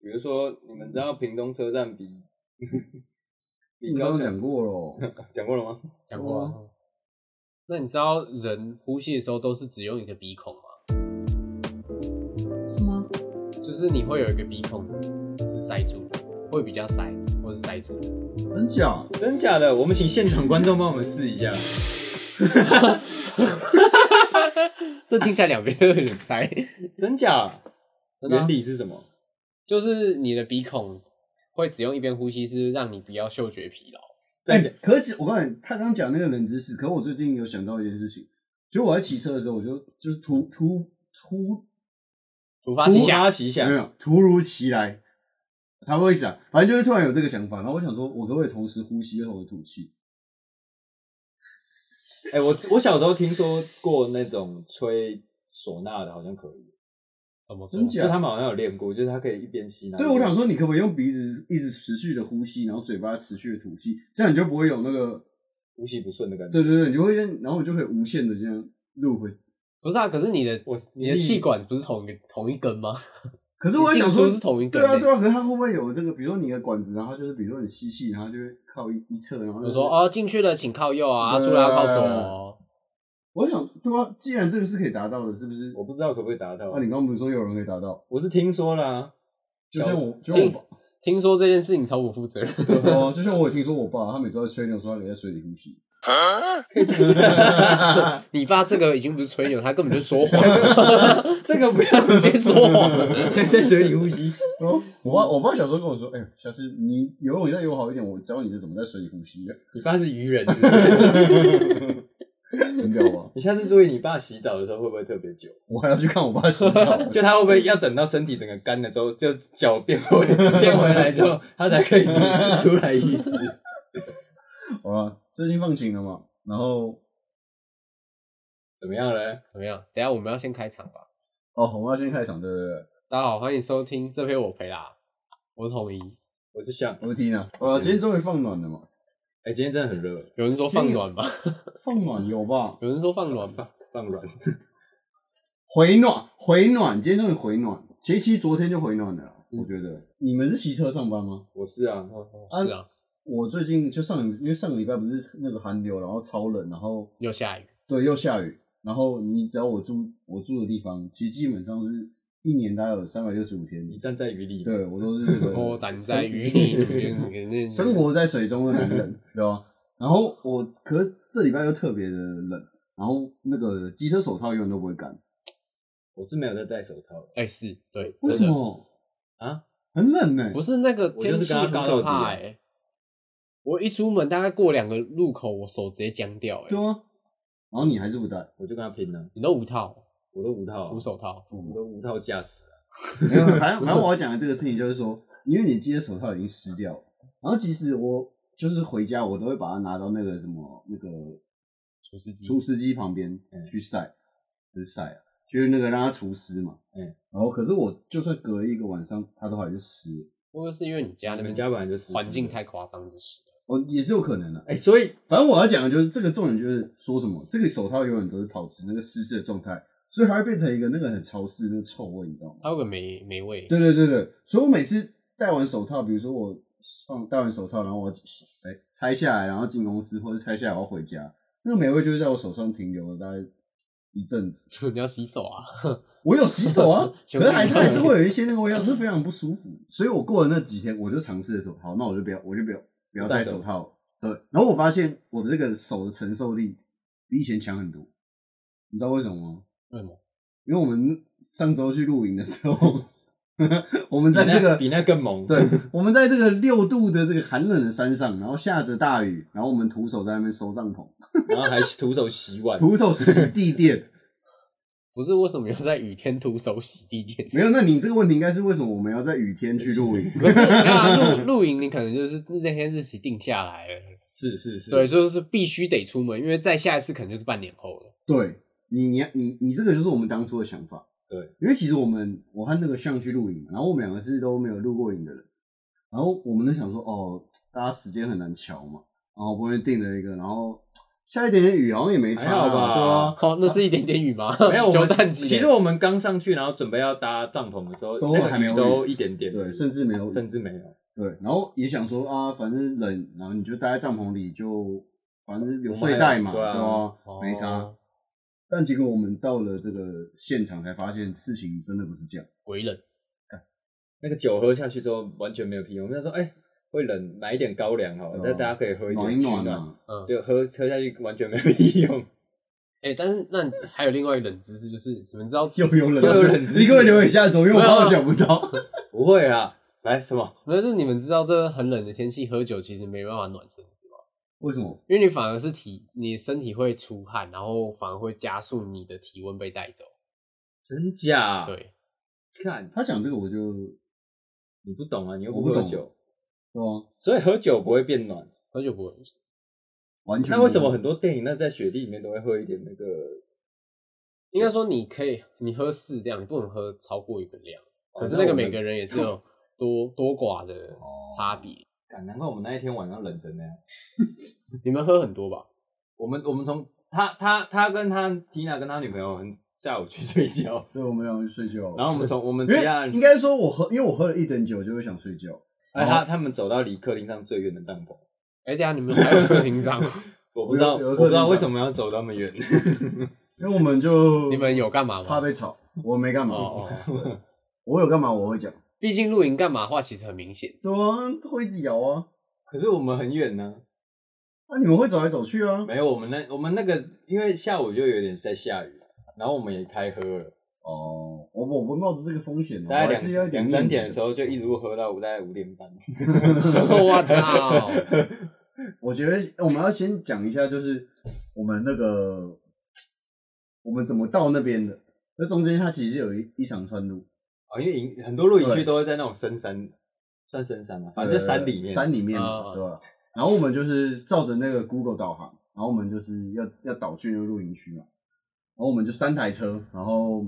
比如说你们知道屏东车站比 比你刚高刚雄讲过 了，哦讲过了吗？讲过啊。那你知道人呼吸的时候都是只用一个鼻孔吗？是吗？就是你会有一个鼻孔是塞住的，会比较塞，或是塞住的。真假？真假的？我们请现场观众帮我们试一下。这听起来两边都有点塞，真假？真的啊原理是什么？就是你的鼻孔会只用一边呼吸，是让你不要嗅觉疲劳。哎、真假？可是我告诉你，他刚讲那个冷知识，可我最近有想到一件事情，就我在骑车的时候，我就就是突突突突发奇想，突发奇想没，有突如其来，差不多意思啊，反正就是突然有这个想法，然后我想说，我可不可以同时呼吸和我吐气？哎、我我小时候听说过那种吹唢呐的，好像可以，怎么做真？就假？他们好像有练过，就是他可以一边吸奶。啊对，我想说，你可不可以用鼻子一直持续的呼吸，然后嘴巴持续的吐气，这样你就不会有那个，呼吸不顺的感觉。对对对，你就会让，然后你就可以无限的这样录回。不是啊，可是你的我你的气，管不是同一个同一根吗？可是我在想你进说，出是同一根对啊欸对啊，可是它会不会有这个，比如说你的管子，然后就是比如说你吸气，然后就会靠一一侧，然后就我是说，哦，进去了请靠右啊，对出来要靠左哦。我想对啊，既然这个是可以达到的，是不是你？我不知道可不可以达到那、。啊你刚刚不是说有人可以达到？我是听说啦，就像我，就像我听爸，听说这件事情超不负责任，对啊，就像我也听说我爸，他每次都在吹牛说他可以在水里呼吸。你爸这个已经不是吹牛，他根本就 说谎，这个不他直接说谎。 在水里呼吸。哦，我爸，我爸小时候跟我说，哎、下次你游泳再游好一点，我教你是怎么在水里呼吸的，你爸是渔人是不 是很屌吧？你下次注意你爸洗澡的时候会不会特别久？我还要去看我爸洗澡。 就他会不会要等到身体整个干了之后，就脚变回变回来之 后，他才可以出来意识？好了，最近放晴了嘛，然后 怎么样嘞？怎么样？等一下我们要先开场吧。哦，我们要先开场，对对对，大家好，欢迎收听这篇我陪啦，我是统一。我是想，我听啊，啊，今天终于放暖了嘛，哎、今天真的很热，有人说放暖 吧， 放暖有吧？有人说放暖吧，放软。 回暖，回暖，今天终于回暖，其实其实昨天就回暖了啦，我觉得。嗯你们是骑车上班吗？我是啊，是啊，我最近就上，因为上个礼拜不是那个寒流，然后超冷，然后又下雨，对，又下雨。然后你只要我住我住的地方，其实基本上是一年大概有三百六十五天，你站在雨里，对 我都是嗯这个我站哦在雨 里，生活在水中的男人，对吧？然后我可是这礼拜又特别的冷，然后那个机车手套永远都不会干，我是没有在戴手套的。哎是对，为什真的么啊？很冷呢、不是那个我就是天跟气他尬很可到底怕啊哎，我一出门大概过两个路口，我手直接僵掉哎对，吗？然后你还是不戴，我就跟他拼了，你都无套我都无套啊，无手套，我都无套驾驶啊。没有，反正反正我要讲的这个事情就是说，因为你机车手套已经湿掉了，然后即使我就是回家，我都会把它拿到那个什么那个除湿机，除湿机旁边去晒，不是晒啊，就是那个让它除湿嘛。嗯然后可是我就算隔了一个晚上，它都还是湿的，会不会是因为你家那你边们家本来就湿湿的环境太夸张就是了？哦，也是有可能的、哎、所以反正我要讲的就是这个重点，就是说什么这个手套永远都是保持那个湿湿的状态，所以它会变成一个那个很潮湿的那个臭味，你知道吗？它有个霉霉味，对对对对，所以我每次戴完手套，比如说我放戴完手套，然后我哎拆下来，然后进公司或者拆下来我要回家，那个霉味就会在我手上停留了大概一阵子。就你要洗手啊，，我有洗 手啊可是还是还是会有一些那个味嗯道，是非常不舒服。所以我过了那几天，我就尝试着说，好，那我就不要，我就不要不要戴手套了。对，然后我发现我的这个手的承受力比以前强很多，你知道为什么吗？为什么？因为我们上周去露营的时候， 我们比在那这个比那更猛。对，我们在这个六度的这个寒冷的山上，然后下着大雨，然后我们徒手在那边收帐篷，然后还徒手洗碗，徒手洗地垫。不是为什么要在雨天徒手洗地垫？没有，那你这个问题应该是为什么我们要在雨天去露营？可是你看啊露露营，你可能就是那天日期定下来了，是是是，对，就是必须得出门，因为再下一次可能就是半年后了。对你，你你你这个就是我们当初的想法。对，因为其实我们我和那个象去露营，然后我们两个是都没有露过营的人，然后我们就想说，哦，大家时间很难瞧嘛，然后我们定了一个，然后下一点点雨好像也没差、还好啊，吧对啊，哦，那是一点点雨吗？没有，我九 们蛋级。其实我们刚上去，然后准备要搭帐篷的时候，都那个还没有雨都一点点，对，甚至没有雨，甚至没有。对，然后也想说啊，反正冷，然后你就待在帐篷里就，反正有我们睡袋嘛，还对有对啊吧没差哦。但结果我们到了这个现场才发现，事情真的不是这样。回冷，那个酒喝下去之后完全没有屁用。我们想说，哎、会冷，买一点高粱好了，对啊那、大家可以喝一暖点一取暖啊，嗯，就喝喝下去完全没有屁用。哎、但是那还有另外一个冷知识，就是你们知道，又有冷知识，又有冷知识啊你给我留一下走，因为我没有怕我没有想不到。不会啊，来什么？不是你们知道，这很冷的天气喝酒其实没办法暖身子吗？为什么？因为你反而是体，你身体会出汗，然后反而会加速你的体温被带走。真假？，对，看他讲这个我就，你不懂啊，你又我不不喝懂酒，对啊，所以喝酒不会变暖。喝酒不会。完全不。那为什么很多电影那在雪地里面都会喝一点那个？应该说你可以，你喝适量，你不能喝超过一个量。哦可是那个我们每个人也 是有多多寡的哦差别。干难怪我们那一天晚上冷成那样。你们喝很多吧？我们我们从他他他跟他缇娜跟他女朋友很下午去睡觉，对我们俩去睡觉？然后我们从我们因其他为人应该说，我喝，因为我喝了一等酒就会想睡觉。哎，他他们走到离客厅上最远的帐篷，哎、等一下你们还有客厅帐，我不知道，有我有客厅不知道帐为什么要走那么 远。因为我们就你们有干嘛吗？怕被吵，我没干嘛。哦哦哦，我有干嘛我会讲。毕竟露营干嘛的话其实很明显。 对啊，会一直摇啊。可是我们很远呢、那、你们会走来走去啊？没有我们那我们那个，因为下午就有点在下雨，然后我们也开喝了，哦，我我不冒着这个风险哦，大概我还是要一两点两三点的时候，候就一路喝到大概五点半。哦我操！我觉得我们要先讲一下，就是我们那个我们怎么到那边的。那中间它其实有一一长串路，啊，因为营很多露营区都会在那种深山，算深山嘛，反正就山里面。呃山里面啊嘛，啊对吧？然后我们就是照着那个 Google 导航，然后我们就是要要导去那个露营区嘛，然后我们就三台车，然后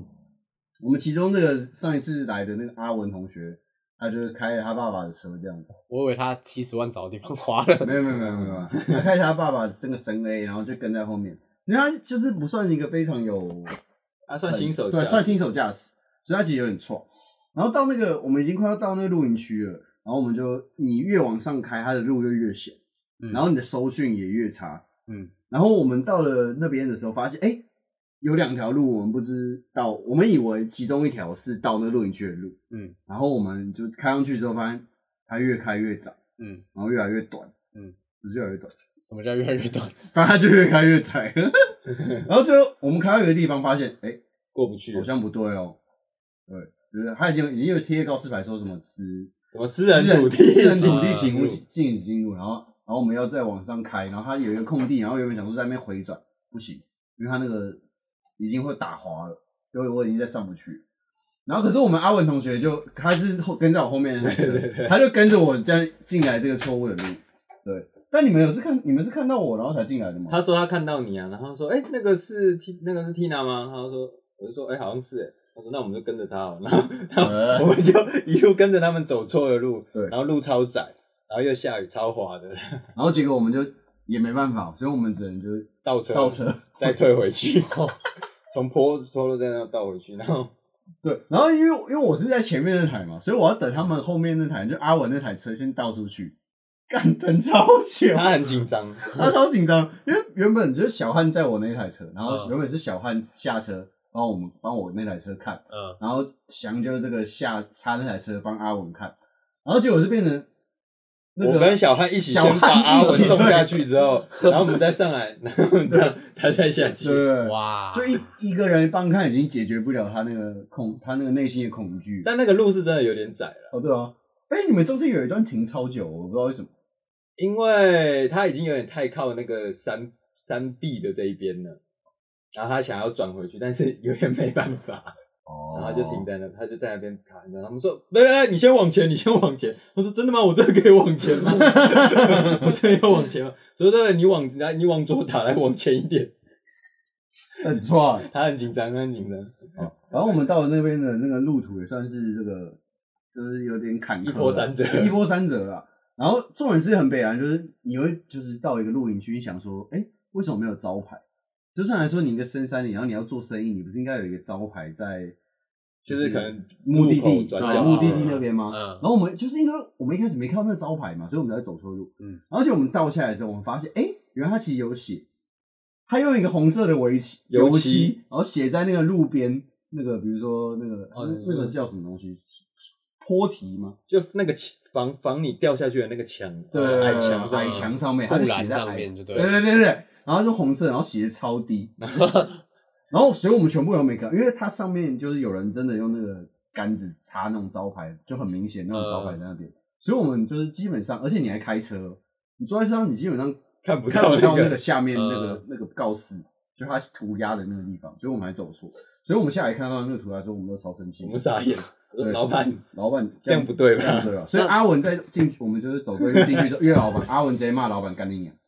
我们其中那个上一次来的那个阿文同学，他就是开了他爸爸的车这样子。我以为他七十万找的地方花了。没有没有没有没 有，他开着他爸爸这个神 A，然后就跟在后面，因为他就是不算一个非常有啊，算新手对，价算新手驾驶，所以他其实有点错。然后到那个我们已经快要到那个露营区了，然后我们就你越往上开，它的路就越险，嗯然后你的收讯也越差，嗯，然后我们到了那边的时候，发现哎、诶有两条路我们不知道，我们以为其中一条是到那露营区的路，嗯，然后我们就开上去之后，发现它越开越窄，嗯，然后越来越短，嗯，不是越来越短。什么叫越来越短？反正它就越开越 窄， 然后最后我们开到一个地方，发现哎、诶过不去好，像不对哦，对，就是他已经已经有贴告示牌说什么私什么私人土地，私人土地请勿呃禁止进入，然后然后我们要再往上开，然后它有一个空地，然后原本想说在那边回转，不行，因为它那个已经会打滑了，因为我已经在上不去。然后可是我们阿文同学就他是后跟在我后面那台车对对，对他就跟着我这样进来这个错误的路，对。但你们有是看你们是看到我然后才进来的吗？他说他看到你啊，然后说，哎、那个是 T，那个是 Tina 吗？他说，我就说，哎、好像是、哎。他说，那我们就跟着他好了，然后， 然后我们就一路跟着他们走错了路，嗯对然后路超窄，然后又下雨，超滑的，然后结果我们就也没办法，所以我们只能就是倒车，倒，车。哦再退回 去，从坡坡路在那倒回去，然后对，然后因为因为我是在前面那台嘛，所以我要等他们后面那台，就阿文那台车先倒出去，干等超久，他很紧张，他超紧张，因为原本就是小汉在我那台车，然后嗯原本是小汉下车帮我们帮我那台车看，嗯，然后翔就是这个下他那台车帮阿文看，然后结果是变成 那我个跟小汉一起小先汉把阿一文起送下去之 后，然后我们再上来，然后他他再下去对。对对，哇， 就一一个人帮看已经解决不了他那个恐他那个内心的恐惧，但那个路是真的有点窄了，哦，对啊，哎、你们中间有一段停超久，我不知道为什么。因为他已经有点太靠那个山山壁的这一边了，然后他想要转回去，但是有点没办法，哦然后他就停。在那，他就在那边卡着。他们说：“来来来，你先往前，你先往前。”我说：“真的吗？我真的可以往前 吗？我真的要往前吗？”说：“对，你往来，你往左打，来往前一点。 很错。”他很紧张，他很紧张，然后我们到了那边的那个路途也算是这个，就是有点坎坷啦，一波三折一波三折啦。然后重点是很北然，就是你会就是到一个露营区，你想说，哎、为什么没有招牌？就算来说你一个深山里，然后你要做生意，你不是应该有一个招牌在，就是可能目的地啊路口转对角目的地嗯那边吗？然嗯后我们就是因为我们一开始没看到那个招牌嘛，所以我们才走错路。嗯，而且我们倒下来之后，我们发现，哎、原来它其实有写，它用一个红色的围棋油油漆漆，然后写在那个路边那个，比如说那个、哦那那个叫什么东西，坡堤吗？就那个墙防防你掉下去的那个墙，哦对，矮墙上，矮呃墙上面，它护就栏写在上矮，面就对对对了。对对，然后就红色，然后写的超 低，然后所以我们全部人都没看，因为它上面就是有人真的用那个杆子插那种招牌，就很明显那种招牌在那呃边，所以我们就是基本上，而且你还开车，你坐在车上，你基本上看不看不到到那个嗯个下面那个、呃那个告示，就它涂鸦的那个地方，所以我们还走错，所以我们下来看到那个涂鸦的时候，我们都超生气我，们傻眼，对老板，老板这样不对这样吧？对吧？所以阿文在进去，我们就是走过去进去 之后，约老板，阿文直接骂老板干你娘，啊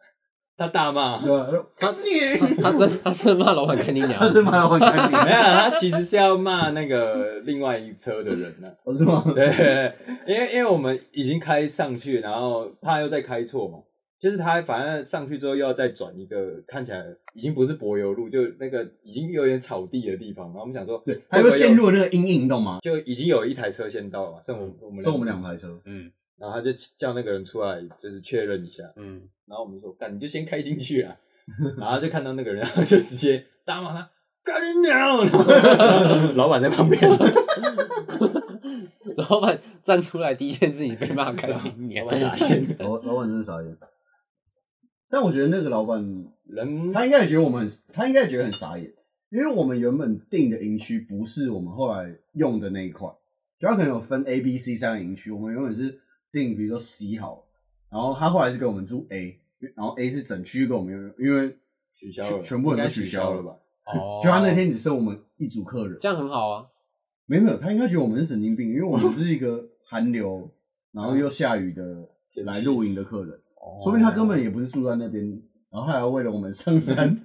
他大骂，对没有，吧？干你，他真他真的骂老板干你娘 他，是骂老板 干你娘，他其实是要骂那个另外一车的人呢。 我是吗？对对，对因为因为我们已经开上去，然后怕又再开错嘛，就是他反正上去之后又要再转一个看起来已经不是柏油路，就那个已经有点草地的地方，然后我们想说，对，他就陷入了那个阴影，你懂吗？就已经有一台车先到了嘛，剩我我们嗯收我们两，台车， 嗯然后他就叫那个人出来就是确认一下，嗯，然后我们就说干你就先开进去 啊，然后就看到那个人，然后就直接大骂他。干你 娘！然后 老板在旁边，老板站出来第一件事情被骂干你娘 老，板傻眼，老老板真的傻眼。但我觉得那个老板，人他应该也觉得我们很，他应该也觉得很傻眼，因为我们原本定的营区不是我们后来用的那一块，就他可能有分 A、B、C 三个营区，我们原本是定比如说 C 好了，然后他后来是给我们住 A，然后 A 是整区给我们用，因为取消了，全部人应该都取取消消了了吧吧？哦啊就他那天只剩我们一组客人，这样很好啊，没有没有，他应该觉得我们是神经病，因为我们是一个寒流，然后又下雨的天气来露营的客人，说明他根本也不是住在那边，然后还要为了我们上山。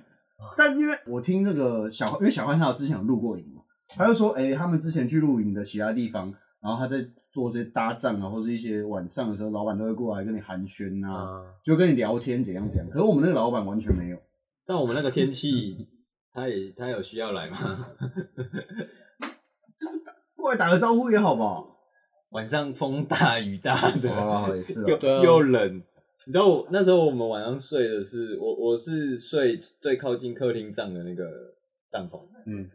但因为我听那个小，因为小汉他有之前有露过营嘛，他就说，哎、他们之前去露营的其他地方，然后他在做这些搭帐啊，或是一些晚上的时候，老板都会过来跟你寒暄啊，啊，就跟你聊天怎样怎样。可是我们那个老板完全没有， 但我们那个天气，他也他有需要来吗？ 过来打个招呼也好吧。晚上风大雨大的，哦，也是又啊，对啊又冷。你知道我那时候我们晚上睡的是我我是睡最靠近客厅帐的那个帐篷，嗯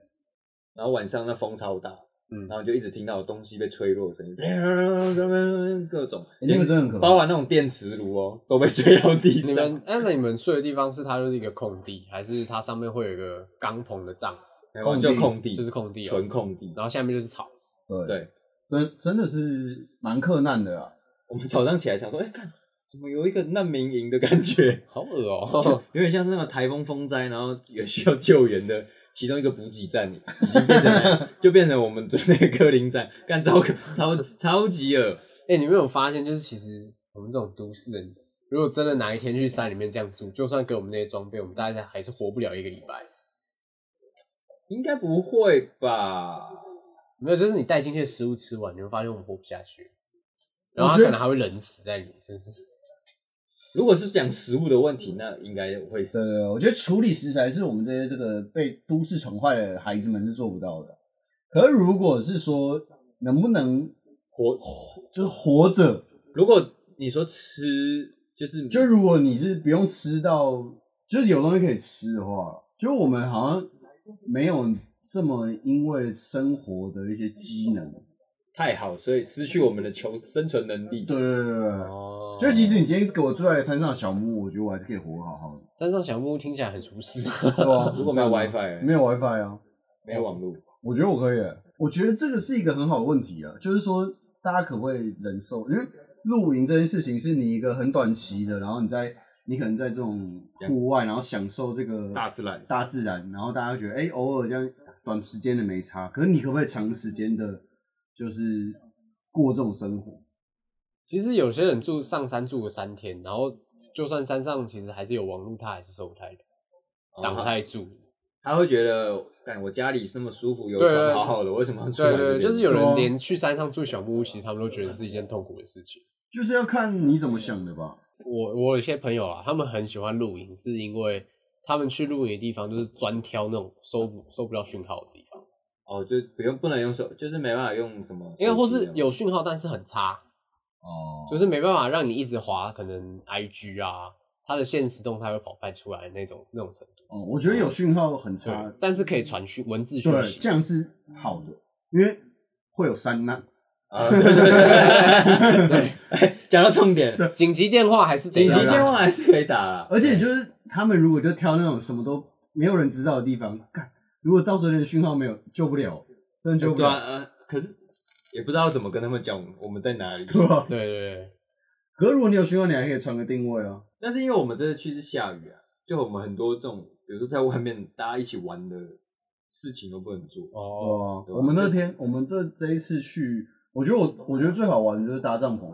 然后晚上那风超大，嗯然后就一直听到有东西被吹落的声音， 各种，欸那个真的很可怕包。含那种电磁炉哦都被吹到地你上，们哎，那你们睡的地方是它就是一个空地，还是它上面会有一个钢棚的帐，没有就空地，就是空地哦纯空地。然后下面就是草，对对，真真的是蛮克难的啊。我们早上起来想说，哎、看怎么有一个难民营的感觉。好恶 哦，有点像是那种台风风灾，然后也需要救援的其中一个补给站，已经变成那样就变成我们的那个科林站，干超可超超级恶，哎，你们有发现就是其实我们这种都市人，如果真的哪一天去山里面这样住，就算给我们那些装备，我们大概还是活不了一个礼拜。应该不会吧？没有，就是你带进去的食物吃完，你会发现我们活不下去，我然后觉得他可能还会冷死在里面，真是如果是讲食物的问题，那应该会对是对，对我觉得处理食材是我们这些这个被都市宠坏的孩子们是做不到的。可是如果是说能不能活。就是活着，如果你说吃，就是就如果你是不用吃到，就是有东西可以吃的话，就我们好像没有这么因为生活的一些机能。太好，所以失去我们的求生存能力。对对对对对。哦就即使你今天给我住在山上的小木屋，我觉得我还是可以活得好好 的，山上小木屋听起来很舒适，对吧？如果没有 WiFi 没有 WiFi 啊，没有网络，我觉得我可以欸。我觉得这个是一个很好的问题啊，就是说大家可不可以忍受？因为露营这件事情是你一个很短期的，然后你在你可能在这种户外，然后享受这个大自然大自然，然后大家觉得哎、诶偶尔这样短时间的没差，可是你可不可以长时间的，就是过这种生活？其实有些人住上山住个三天，然后就算山上其实还是有网络，他还是受不太了，挡哦不太住。他会觉得，干我家里那么舒服，有对床好好的，为什么要出来对这边？对，就是有对啊人连去山上住小木屋，其实他们都觉得是一件痛苦的事情。就是要看你怎么想的吧。我我有些朋友啊，他们很喜欢露营，是因为他们去露营的地方就是专挑那种收不收不到讯号的地方，哦，就不用不能用手，就是没办法用什么手机因啊，为或是有讯号但是很差，哦，就是没办法让你一直滑，可能 IG 啊，它的现实动态会跑拍出来那种那种程度。哦，我觉得有讯号很对差，，啊但是可以传讯文字讯对，息。这样是好的，因为会有三难。啊，对对对对对 哎讲到重点，对紧急电话还是得紧急要打电话还是可以打啦，而且就是他们如果就挑那种什么都没有人知道的地方，干，如果到时候连讯号没有，救不了，真的救不对啊，了。呃，可是也不知道怎么跟他们讲我们在哪里。对啊吧？对啊对对， 可是如果你有讯号，你还可以传个定位啊。但是因为我们这次去是下雨啊，就我们很多这种，比如说在外面大家一起玩的事情都不能做。哦，哦，对啊我们那天我们这这一次去，我觉得我我觉得最好玩的就是搭帐篷。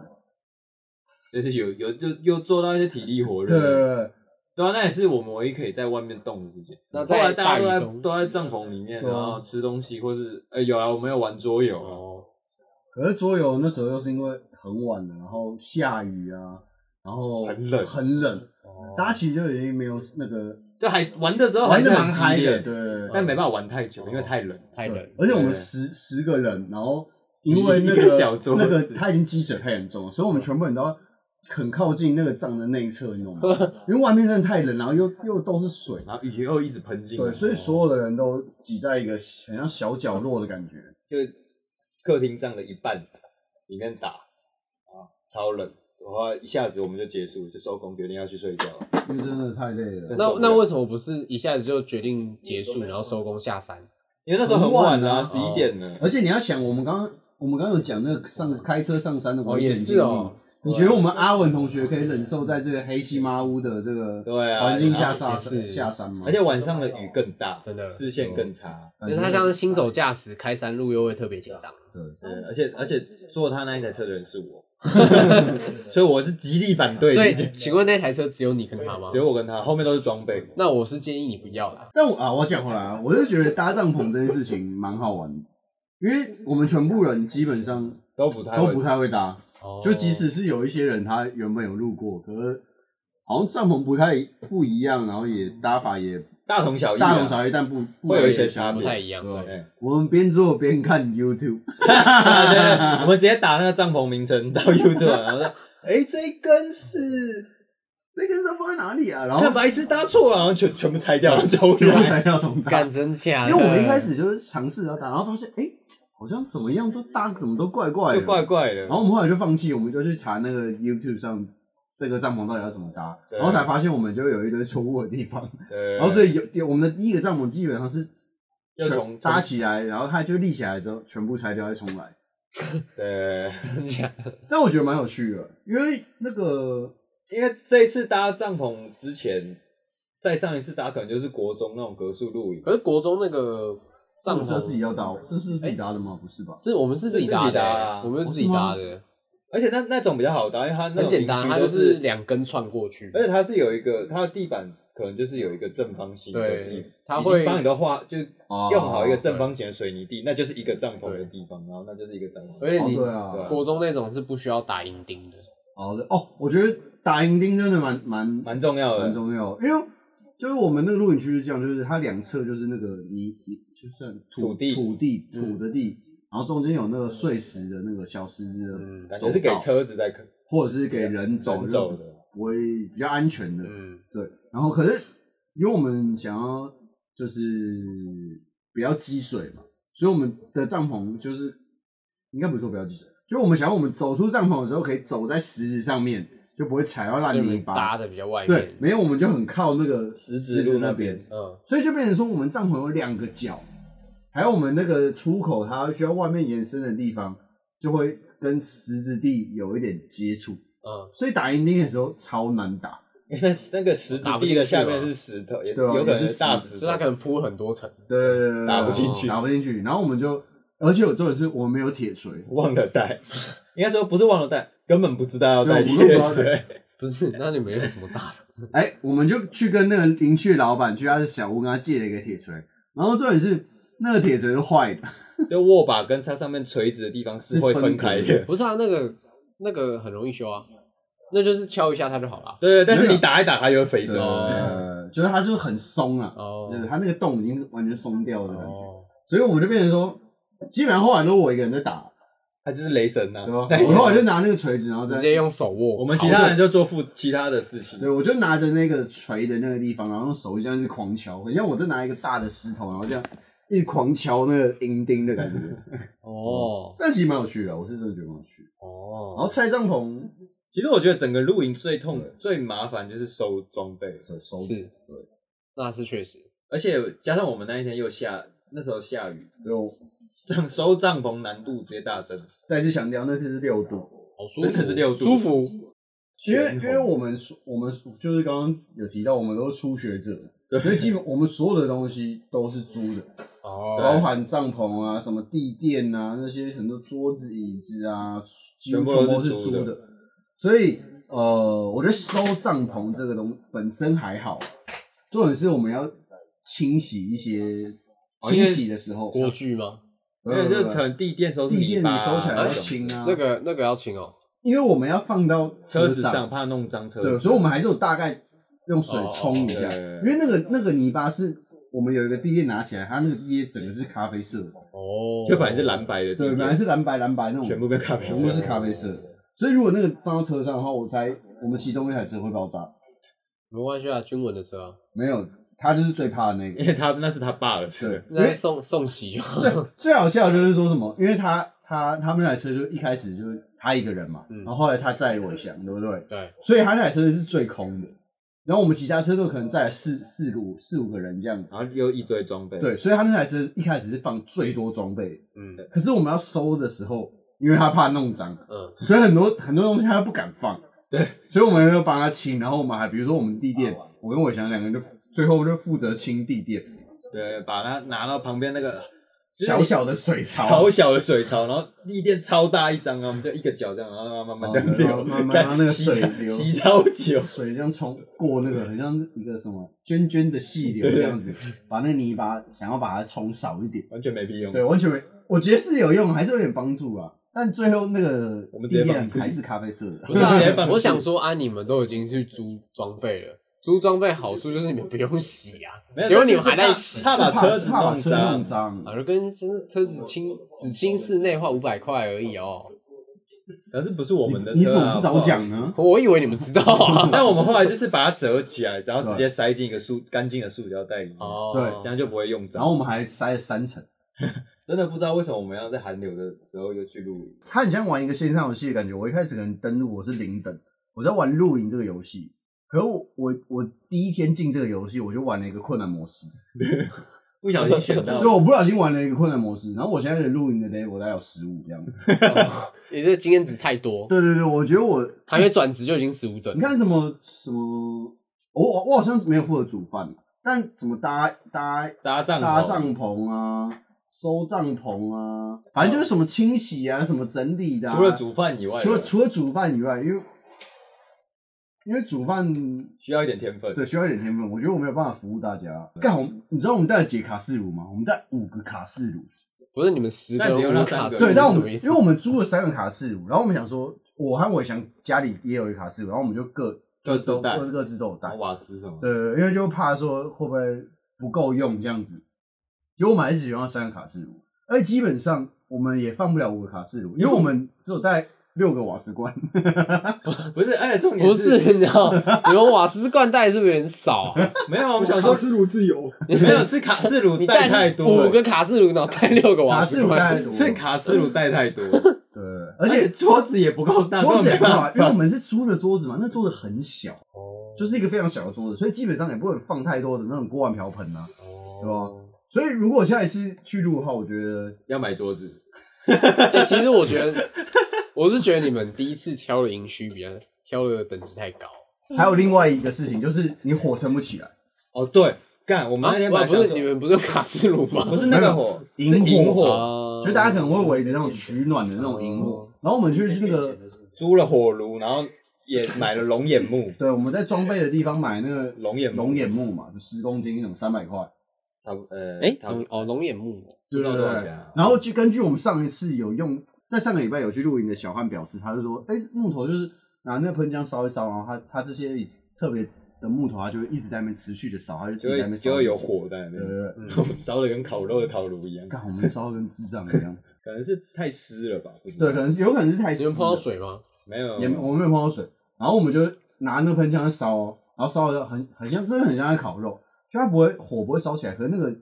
就是有有就又做到一些体力活对，热，对啊，那也是我们唯一可以在外面动的事情。那后在来大家大雨都在中都在帐篷里面，对然啊后吃东西，或是呃、有啊，我们有玩桌游啊，哦，可是桌游那时候又是因为很晚了，然后下雨啊，然后很冷很冷，哦大家其实就已经没有那个就还玩的时候还玩是的很蛮激嗨烈的，，对。但没办法玩太久，因为太冷。太冷对，而且我们对十十个人，然后挤因为 那一个小个桌子那个他已经积水太严重了，所以我们全部人都要很靠近那个帐的内侧，你 懂吗？因为外面真的太冷，然后又又都是水，然后雨又一直喷进来，哦哦对，所以所有的人都挤在一个很像小角落的感觉。就客厅占了一半里面打啊，超冷，然后一下子我们就结束，就收工，决定要去睡觉了。因为真的太累了那那为什么不是一下子就决定结束，然后收工下嗯山？因为那时候很晚很晚啊，啊十一点了。而且你要想，我们刚刚我们刚刚有讲那个上开车上山的哦，危也险是哦，经历，你觉得我们阿文同学可以忍受在这个黑漆麻乌的这个对啊环境下然下后也是下山吗？而且晚上的雨更大，真的视线更差。因为他像是新手驾驶，开山路又会特别紧张。对，而且而且坐他那一台车的人是我，所以我是极力反对所这以件，，请问那台车只有你跟他吗只？有我跟他，后面都是装备。那我是建议你不要啦。但我啊，我讲回来啊，我就觉得搭帐篷这件事情蛮好玩的，因为我们全部人基本上都不太都会不太会搭，哦就即使是有一些人他原本有路过，可是好像帐篷不太不一样，然后也搭法也大同小异啊，大同小异，但不不会有一些差不别太一样。对对，我们边做边看 YouTube，啊对对我们直接打那个帐篷名称到 YouTube，然后说，哎，这一根是这个是放在哪里啊？然后看白痴搭错了，然后全全部拆掉了，走全部远。材料重搭，干真假的？因为我们一开始就是尝试要搭，然后发现哎、好像怎么样都搭怎么都怪怪的，就怪怪的。然后我们后来就放弃，我们就去查那个 YouTube 上这个帐篷到底要怎么搭，对然后才发现我们就有一堆错误的地方。对，然后哦所以以有有我们的第一个帐篷基本上是要全从搭起来，然后它就立起来之后全部拆掉再重来。对，真假的？但我觉得蛮有趣的，因为那个因为这一次搭帐篷之前，再上一次搭可能就是国中那种格数露营， 可是国中那个帐帐篷是篷要自己要搭，这是自己搭的吗？不是吧？是我们是自己搭是自己的搭欸，啊我们是自己搭的，而且那那种比较好搭，因为它那很种简单，啊营区它都就是两根串过去。而且它是有一个它的地板。可能就是有一个正方形的对地，它已经会帮你都画，就哦哎用好一个正方形的水泥地，那就是一个帐篷的地方，然后那就是一个帐篷。而且哦你对啊，对国中那种是不需要打银钉的，好的哦，我觉得打银钉真的蛮蛮蛮重要蛮的。重要，因为就是我们那个露营区是这样，就是它两侧就是那个泥泥，就算土地嗯土地土的地，然后中间有那个碎石的那个小石子的嗯感走觉道，是给车子在坑或者是给人走人走的，不会比较安全的。嗯，对，然后可是因为我们想要就是不要积水嘛，所以我们的帐篷就是应该不是说不要积水，就我们想要我们走出帐篷的时候可以走在石子上面，就不会踩到烂所以我泥们巴。搭的比较外嗯对面，，没有我们就很靠那个石子子路路那那边边，嗯，所以就变成说我们帐篷有两个角，还有我们那个出口它需要外面延伸的地方，就会跟石子地有一点接触，嗯，所以打银钉的时候超难打，因为那那个石子打不进地去的啊下面是石头，也是对啊有可能也是是大石石所头以。它可能铺很多层，对对对对对打不进去打不进去。然后我们就，而且我重点是我们没有铁锤，忘了带，应该说不是忘了带，根本不知道要带对我们铁都不知道水。 不是？那你们有什么搭的？哎、我们就去跟那个邻居老板去他的小屋跟他借了一个铁锤，然后重点是那个铁锤是坏的，就握把跟它上面垂直的地方是会分开 是分的，不是啊，那个那个很容易修啊，那就是敲一下它就好了。对，但是你打一打它就会飞走。呃，就是它就是很松啊，哦就是它那个洞已经完全松掉的感觉，哦，所以我们就变成说，基本上后来都是我一个人在打，它就是雷神啊呐、对吧？那你我后来就拿那个锤子，然后直再接用手握。我们其他人就做负其他的事情对，。我就拿着那个锤的那个地方，然后用手这样一直狂敲，很像我在拿一个大的石头，然后这样一直狂敲那个银钉的感觉。哦但其实蛮有趣的，啊我是真的觉得蛮有趣的。哦，然后拆帐篷，其实我觉得整个露营最痛、最麻烦就是收装备，呃手是，那是确实。而且加上我们那一天又下，那时候下雨，就帐收帐篷难度直接大增。再次强调，那次是六度，好哦舒服，真的是六度舒服。因为因全红为我们我们就是刚刚有提到，我们都是初学者，对所以基本我们所有的东西都是租的，包哦，含帐篷啊、什么地垫啊、那些很多桌子、椅子啊，几全乎部全都部是是租的租的。所以呃，我觉得收帐篷这个东本身还好，重点是我们要清洗一些哦因清为洗的时候，锅具吗？因对为对就对可能地垫收是地泥垫巴、你啊，收起来要那种清啊，那个那个要请哦。因为我们要放到车子子上，怕弄脏车子。对，所以我们还是有大概用水冲一哦下，对因为那个那个泥巴是我们有一个地垫拿起来，它那个地垫整个是咖啡色的，哦，就本来是蓝白的地对，垫，本来是蓝白蓝白那种，全部变咖啡色全部是咖啡色的，所以如果那个放到车上的话，我猜我们其中一台车会爆炸，没关系啊，军文的车啊，没有，他就是最怕的那个因，为他那是他爸的车对，，因那为送送洗 就好。最最好笑的就是说什么，因为他他他们那台车就一开始就是他一个人嘛，嗯然后后来他载了我一箱，对不对？对，所以他那台车是最空的。然后我们其他车都可能载了四四个五四五个人这样，然后又一堆装备。对，所以他那台车一开始是放最多装备，嗯可是我们要收的时候，因为他怕弄脏，嗯，所以很多很多东西他不敢放，对，所以我们就帮他清，然后我们还比如说我们地垫，我跟伟翔两个人就最后就负责清地垫，对，把它拿到旁边那个小小的水超槽，小的水槽，然后地垫超大一张啊，我们就一个脚这样，然后慢慢慢慢这样流，哦慢慢慢慢干让那个洗水超流洗超久。水这样冲过那个，很像一个什么涓涓的细流这样子，把那泥巴想要把它冲少一点，完全没屁用。对，完全没，我觉得是有用，还是有点帮助啊。但最后那个我们直接地放垫屁还是咖啡色的，不是直接放啊，弃我想说啊，你们都已经去租装备了，租装备好处就是你们不用洗啊没，有结果但是你们还是怕在洗，怕把车子怕把弄车弄脏，脏，啊，就跟真的车子清只清室内花五百块而已哦，可是不是我们的车啊你怎么不早？讲呢？我以为你们知道 啊。但我们后来就是把它折起来，然后直接塞进一个塑干净的塑胶袋里面，哦，对这样就不会用然后脏。我们还塞了三层，真的不知道为什么我们要在寒流的时候又去露营。它很像玩一个线上游戏的感觉。我一开始可能登录我是零等，我在玩露营这个游戏，可我我我第一天进这个游戏，我就玩了一个困难模式，不小心选因到为，我不小心玩了一个困难模式，然后我现在的露营的 level 大概有十五这样。哦你这经验值太多，对对对，我觉得我还没转职就已经十五等你。看什么什么，我我我好像没有负责煮饭，但怎么搭搭搭帐篷搭帐篷啊。收帐篷啊，反正就是什么清洗啊，什么整理的、啊。除了煮饭以外，除了除了煮饭以外，因为因为煮饭需要一点天分。对需要一点天分，我觉得我没有办法服务大家。干，我们你知道我们带了几个卡式炉吗？我们带五个卡式炉。不是你们十个那只有那人三卡个死，对，是但我什们么意思因为？我们租了三个卡式炉，然后我们想说，我和伟翔家里也有一个卡式炉，然后我们就各各自都带各各自都有带然后。瓦斯什么的？对，呃因为就怕说会不会不够用这样子，结果我们还是使用了三个卡式炉，而且基本上我们也放不了五个卡式炉，因为我们只有带六个瓦斯罐。不是，而且重点不是，你知道，你们瓦斯罐带是不是有点少啊？没有，我们想说是卢自由，没有是卡式炉你带太多了，五个卡式炉，然后带六个瓦卡斯式炉 带罐太，多，是卡式炉带太多，对，而而且且桌子也不够大，桌子根也不本没办好法，因为我们是租的桌子嘛，那桌子很小，哦就是一个非常小的桌子，所以基本上也不会放太多的那种锅碗瓢盆啊。哦，所以如果下一次去录的话，我觉得要买桌子，哎，其实我觉得，我是觉得你们第一次挑的营区比较挑的等级太高。还有另外一个事情，就是你火撑不起来，哦，对，干，我们啊那天本哇来不想是说你们不是有卡式炉吗？不是那个火，是萤火， 哦就大家可能会围着那种取暖的那种萤火，然后我们就去那个，租了火炉，然后也买了龙眼木，对，我们在装备的地方买那个龙眼木龙眼木嘛，就十公斤那种，三百块。差不呃，哎差不龙哦龙眼木不知道多少钱对啊，然后就根据我们上一次有用，在上个礼拜有去露营的小汉表示，他就说，哎、木头就是拿那个喷枪烧一烧，然后它它这些特别的木头，它就会一直在那边持续的烧，它就自就己在那会边就烧会有自己。火在那对对边，对，烧的跟烤肉的烤炉一样，干我们烧得跟智障一样。可能是太湿了吧？不知道对，可能是有可能是太湿你了们碰到水吗？没有，也没我们没有碰到水，然后我们就拿那个喷枪在烧哦，然后烧的很很像，真的很像在烤肉，就它不会火不会烧起来，可是那个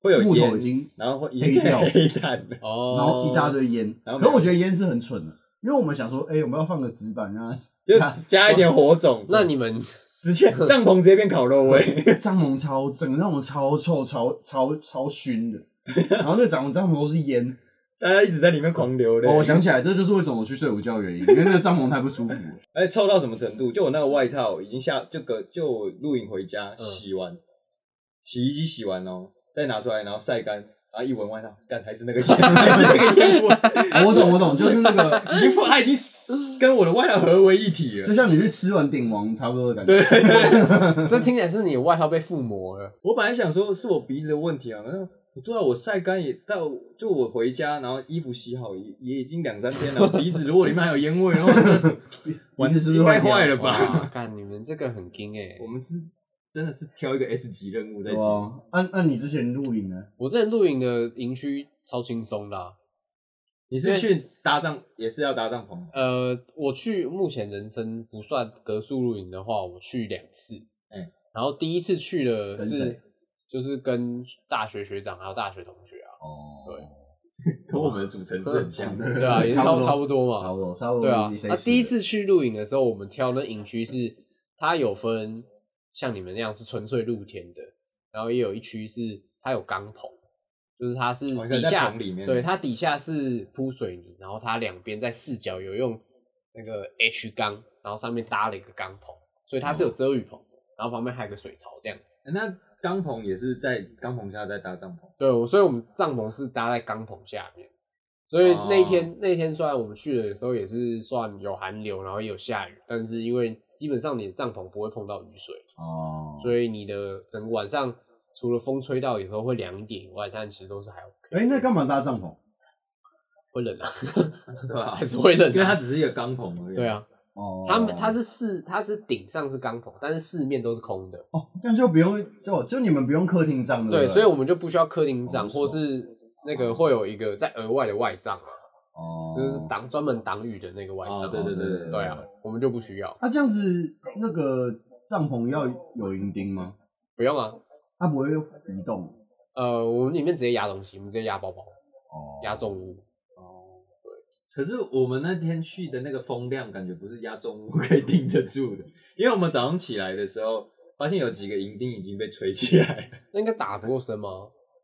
会有木头烟已经，然后会黑掉 黑蛋的，哦，然后一大堆烟，然后可是我觉得烟是很蠢的，因为我们想说，哎，我们要放个纸板啊让它就加加一点火种。那你们直 接帐篷直接变烤肉味， 帐篷超整个帐篷超臭超超超熏的，然后那帐篷帐篷都是烟。大家一直在里面狂流泪。哦，我想起来，这就是为什么我去睡午觉的原因，因为那个帐篷太不舒服了。 哎，臭到什么程度？就我那个外套已经下，就隔就我露营回家嗯洗完，洗衣机洗完哦，再拿出来，然后晒干，然后一闻外套，干还是那个 香，还是那个烟味，哦我懂，我懂，就是那个， 已经它已经 跟我的外套合为一体就 了。像你去吃完鼎王差不多的感觉。对，啊这听起来是你的外套被附魔了，我本来想说是我鼻子的问题啊，然后对啊，我晒干也到，就我回家，然后衣服洗好也也已经两三天了，鼻子如果里面还有烟味，然后我 鼻子是不是应该坏掉坏了吧？哇，干你们这个很硬哎我！们是真的是挑一个 S 级任务在对接，啊吧？按按你之前录影呢？我之前露营的营区超轻松的啊、你是去搭帐也是要搭帐篷吗？呃，我去目前人生不算格数露营的话，我去两次，嗯，然后第一次去的跟谁是就是跟大学学长还有大学同学啊，哦，跟我们的组成是很像的。对啊，也是差不差差不不多嘛，差不多，差不多。对啊你，谁那洗的第一次去露营的时候，我们挑那营区是它有分像你们那样是纯粹露天的，然后也有一区是它有钢棚，就是它是哦你可以嗯底在下、棚里面对，它底下是铺水泥，然后它两边在四角有用那个 H 钢，然后上面搭了一个钢棚，所以它是嗯有遮雨棚，然后旁边还有个水槽这样子。那钢棚也是在钢棚下在搭帐篷，对，我所以我们帐篷是搭在钢棚下面。所以那一天、哦那一天虽然我们去的时候也是算有寒流，然后也有下雨，但是因为基本上你的帐篷不会碰到雨水，哦，所以你的整个晚上除了风吹到有时候会凉一点以外，但其实都是还 OK。哎，那干嘛搭帐篷？会冷啊， 对吧还？是会冷、啊，因为它只是一个钢棚而已。对，啊，哦，它们它是四它是顶上是钢棚，但是四面都是空的，哦，这样就不用就就你们不用客厅帐的。对，不所以我们就不需要客厅嗯哦帐不错或是那个会有一个在额外的外帐啊，哦，就是挡专门挡雨的那个外哦帐，对对对对对啊，我们就不需要，那这样子那个帐篷要有银钉吗？不用啊，它不会移动呃，我们里面直接压东西，我们直接压包包，哦，压重物。哦，对。可是我们那天去的那个风量，感觉不是压重物可以顶得住的，因为我们早上起来的时候，发现有几个银钉已经被吹起来了。那应该打不过身吗？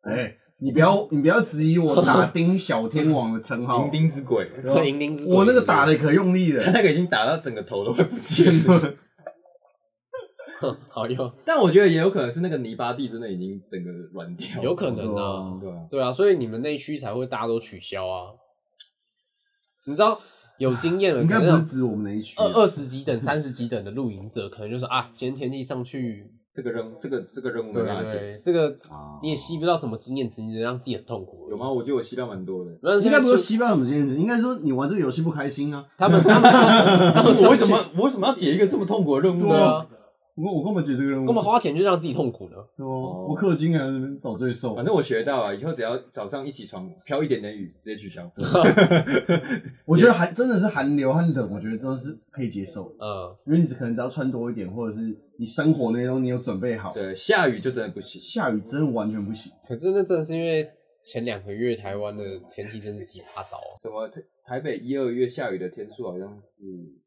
哎，你不要你不要质疑我 打钉小天王的称号银，钉之鬼，对吧银钉之鬼我那个打的可用力了他。那个已经打到整个头都会不见了。好用，但我觉得也有可能是那个泥巴地真的已经整个软掉了，有可能啊。对啊。对啊，所以你们那一区才会大家都取消啊。你知道有经验的，应可该不是能指我们那一区，啊二二十几等、三十几等的露营者，可能就是 啊，今天天气上去，这个任这个这个任务没对办法对解决，对，这个啊你也吸不到什么经验值，你只能让自己很痛苦。有吗？？我觉得我吸到蛮多的。没有，应该不是说现在西班牙怎么坚持，应该说你玩这个游戏不开心啊。 他们他 们他们上去我为什么我为什么要解一个这么痛苦的任务对呢？啊？我我根本觉得这个任务，干嘛花钱就让自己痛苦呢？对啊哦我氪金还在那边找罪受反。正我学到啊，以后只要早上一起床飘一点点雨，直接取 消。我觉得寒真的是寒流和冷，我觉得都是可以接受，嗯，因为你只可能只要穿多一点，或者是你生活那些东西你有准备好。对，下雨就真的不行。下雨真的完全不行。可是那真的是因为前两个月台湾的天气真是奇葩糟啊，什么台台北一二月下雨的天数好像是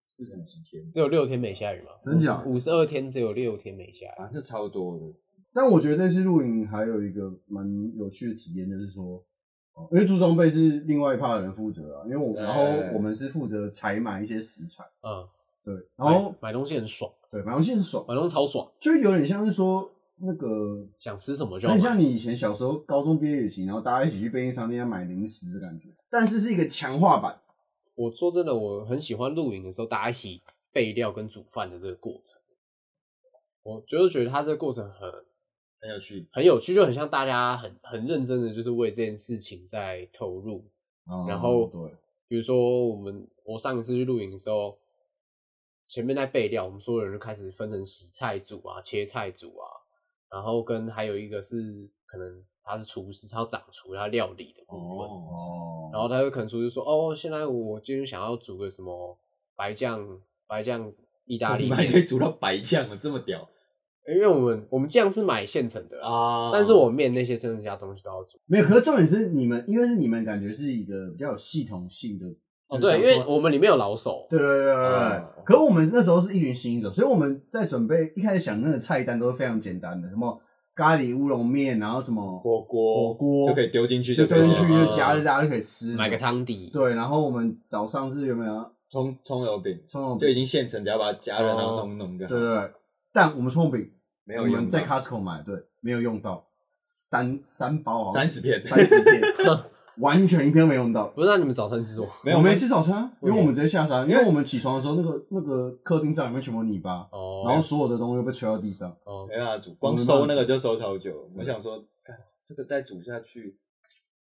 四十几天只有六天没下雨嘛，真假五十二天只有六天没下雨，啊，那超多的。但我觉得这次露营还有一个蛮有趣的体验，就是说，哦因为租装备是另外一派的人负责啊，因为我对然后我们是负责采买一些食材，嗯，对，然后买买东西很爽，对，蛮现爽，买东西超爽，就是有点像是说那个想吃什么就有要点买像。你以前小时候高中毕业旅行，然后大家一起去便利商店买零食的感觉，但是是一个强化版。我说真的，我很喜欢露营的时候，大家一起备料跟煮饭的这个过程，我就是觉得它这个过程很很有趣，很有趣，就很像大家很很认真的就是为这件事情在投入，然后哦对，比如说我们我上一次去露营的时候，前面在备料，我们所有人就开始分成洗菜组啊、切菜组啊，然后跟还有一个是可能他是厨师，他要掌厨，他料理的部分。哦，哦，然后他就可能出去说，哦，现在我今天想要煮个什么白酱白酱意大利你们还可以面，煮到 白酱了，这么屌因为我们我们酱是买现成的啊，啊！但是我面那些剩下东西都要煮。没有，可是重点是你们，因为是你们感觉是一个比较有系统性的哦，就是想对，因说为我们里面有老手，对对对对对。嗯可我们那时候是一群新手，所以我们在准备一开始想那个菜单都是非常简单的，什么咖喱乌龙面，然后什么火锅火锅就可以丢进去就对了，丢进去对就对对加热，大家就可以吃。买个汤底，对，然后我们早上是有没有葱葱油饼葱油就已饼？经现成，只要把它加热哦然后弄一弄就对好对，对。但我们葱油饼没有我用啊们到在 Costco 买，对，没有用到三三包好像，三十片，三十片，完全一片没用到。不是那你们早餐吃什么？没有我没我们吃早餐啊，因为我们直接下山，因为我们起床的时候，那个那个客厅帐里面全部泥巴，哦，然后所有的东西都被吹到地上。哦没办法煮，光收那个就收超久。我想说，看这个再煮下去，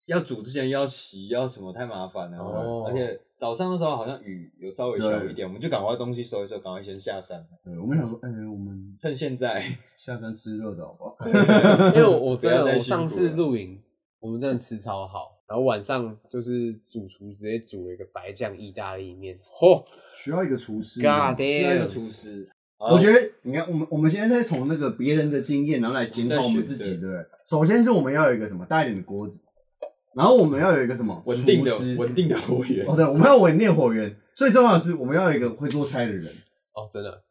要煮之前要洗要什么太麻烦了。哦而且早上的时候好像雨有稍微小一点，我们就赶快东西收一收，赶快先下山，对，我们想说，嗯哎，我们趁现 在。下山吃热的好不好？因为我 真不要的再我辛苦了上次露营，我们真的吃超好，然后晚上就是主厨直接煮了一个白酱意大利面，嚯，需要一个厨师。 God 需啊要一个 damn！厨师，嗯我觉得，你看，我们我们现在在从那个别人的经验，然后来检讨我们自己，在对学不对？首先是我们要有一个什么大一点的锅子，然后我们要有一个什么稳定的厨师稳定的火源哦，。对，我们要稳定火源。最重要的是，我们要有一个会做菜的人。哦，真的，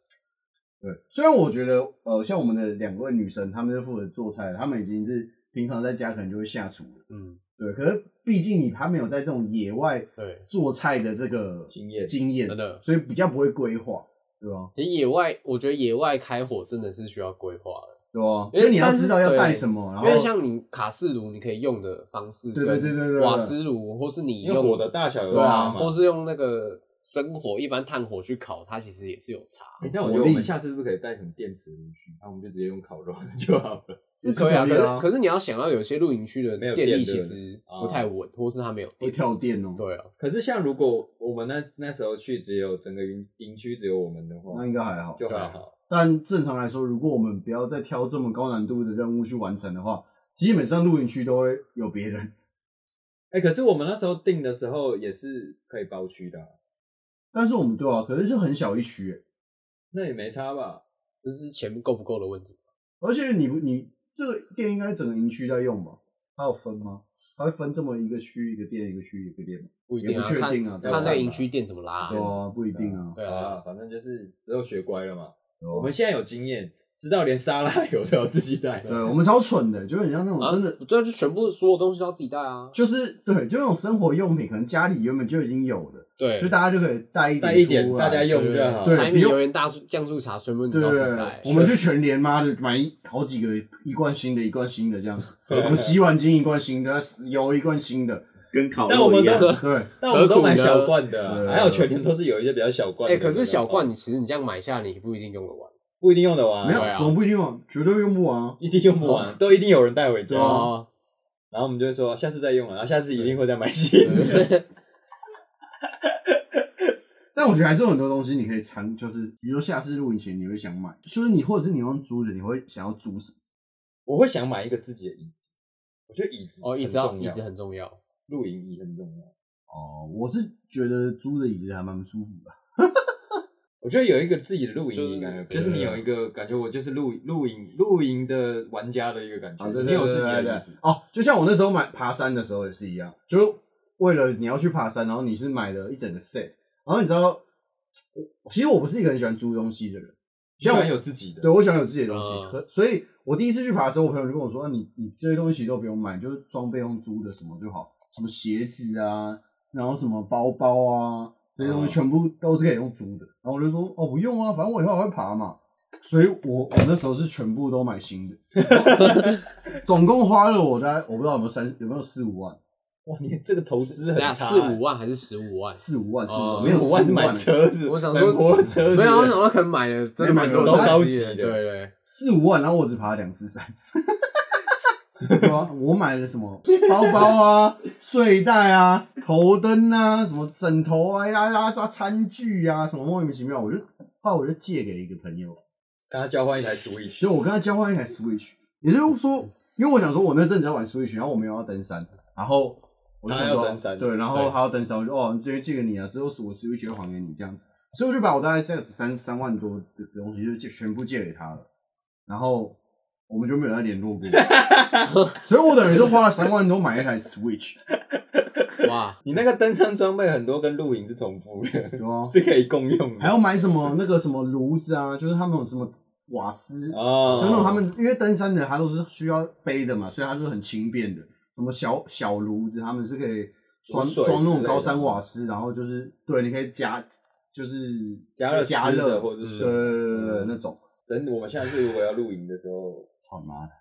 对，虽然我觉得，呃，像我们的两位女生，她们是负责做菜的，她们已经是平常在家可能就会下厨了。嗯，对，可是毕竟你她没有在这种野外对，做菜的这个经验经验真，的。所以比较不会规划，对吧？其实野外，我觉得野外开火真的是需要规划的，对吧？因因为为你要但是知道要对带什么，然因为后像你卡式炉，你可以用的方式，对对对对对对瓦斯炉，或是你因为用火的大小有对差啊，嘛，或是用那个生火，一般炭火去烤，它其实也是有差，诶哎但我觉得我们下次是不是可以带什么电磁炉去？那我们就直接用烤肉 就好了。也是是可以啊。可以啊可是可是你要想到有些露营区的没有电力电对其不对实啊不太稳，或是它没有会电。跳电哦。对啊，可是像如果我们那那时候去，只有整个营营区只有我们的话，那应该还好。就还好。但正常来说，如果我们不要再挑这么高难度的任务去完成的话，基本上露营区都会有别人。哎、可是我们那时候订的时候也是可以包区的啊、但是我们对啊，可是是很小一区欸耶，那也没差吧？这是钱够不够的问题。而且你不你这个店应该整个营区在用吧？它有分吗？它会分这么一个区一个店一个区一个店吗？不一定也啊，不确看定啊对啊看那营区店怎么拉、对啊，不一定啊。对啊，啊，反正就是只有学乖了嘛。对啊我们现在有经验，知道连沙拉油都要自己带。对我们超蠢的，就是很像那种啊真的，对啊，就全部所有东西都要自己带啊。就是对，就那种生活用品，可能家里原本就已经有的，对，就大家就可以带一带一点点出来大家用就好对柴不米用油盐大醋酱醋茶，全部你都对要对自己对带，。我们去全联妈的买一好几个，一罐新的，一罐新的这样子。我们洗碗巾一罐新的，油一罐新的，跟烤但我肉们一样。都啊对， 但我们都买何苦呢小罐的啊、对还有全年都是有一些比较小罐哎、的。可是小罐你你其实你这样买下，你不一定用得完。不一定用得完，没有对啊怎么不一定用，绝对用不完啊。一定用不完，都一定有人带回家。对啊哦，然后我们就会说下次再用啊，然后下次一定会再买新的。 对但我觉得还是有很多东西你可以尝，就是比如说下次露营前你会想买，就是你或者是你用租的，你会想要租什么？我会想买一个自己的椅子，我觉得椅子哦，椅很子要重椅要，子很重要。露营椅很重要。哦，我是觉得租的椅子还蛮舒服的。我觉得有一个自己的露营椅感觉，就就是是你有一个感觉，我就是露露营露营的玩家的一个感觉，啊对你有自己的对对椅子。哦，就像我那时候买爬山的时候也是一样，就为了你要去爬山，然后你是买了一整个 set，然后你知道，我其实我不是一个很喜欢租东西的人，像像我我有自己的，对我喜欢有自己的东西，嗯可所以，我第一次去爬的时候，我朋友就跟我说，啊你你这些东西其实都不用买，就是装备用租的什么就好，什么鞋子啊，然后什么包包啊，这些东西全部都是可以用租的。然后我就说，哦，不用啊，反正我以后还会爬嘛。所以我我那时候是全部都买新的， 总共花了我大概我不知道有没有三有没有四五万，哇，你这个投资等很下差、四欸五，万还是十五万？四五万，四哦五没有15五万是买车子，我想买说摩托车子，没有，我想到可能买了真的蛮多没有都买东高西级的的，对对。四五万，然后我只爬了两次山。对啊，我买了什么包包啊、睡袋啊、头灯啊、什么枕头啊、拉拉杂餐具啊，什么莫名其妙，我就后来我就借给一个朋友，跟他交换一台 Switch，就我跟他交换一台 Switch，也就是说，因为我想说，我那阵子在玩 Switch，然后我没有要登山，然后我就想说他要登山对，然后对他要登山，我就哦，这边借给你啊，之后是我 Switch 会还给你这样子，所以我就把我大概这样子三三万多的东西就借全部借给他了，然后我们就没有再联络 过，所以我等于是花了三万多买一台 Switch，哇， 你那个登山装备很多跟露营是重复的，对 吗？是可以共用的。还要买什么那个什么炉子啊，就是他们有什么瓦斯哦，就那种他们因为登山的，他都是需要背的嘛，所以他就是很轻便的，什么小小炉子，他们是可以装煮水装那之种类的高山瓦斯，然后就是对，你可以加就是加热加吃的热或者是嗯对对对对对那种，等我们下次如果要露营的时候，操你妈的！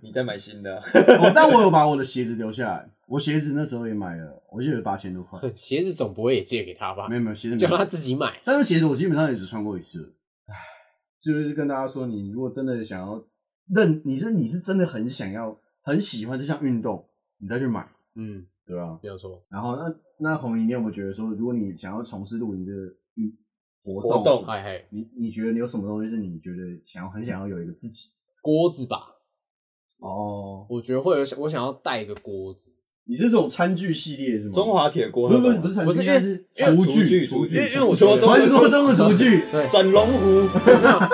你再买新的啊、哦， 但我有把我的鞋子留下来，我鞋子那时候也买了，我记得八千多块，鞋子总不会也借给他 吧没？有没有鞋子叫没他有，自己买。但是鞋子我基本上也只穿过一次了，唉，就是跟大家说，你如果真的想要认，你是你是真的很想要很喜欢这项运动，你再去买，嗯，对吧、没有错。然后那那红姨，你有没有觉得说，如果你想要从事露营这个运活动，活动嗨嗨，你你觉得你有什么东西是你觉得想要很想要有一个自己？锅子吧，哦，我觉得会有想我想要带一个锅子，你是这种餐具系列是吗？中华铁锅不那是种不啊，是不是餐不具，应该是厨具是因为因为厨厨具具，因为因为我说中传国说中的厨具，对，转龙湖，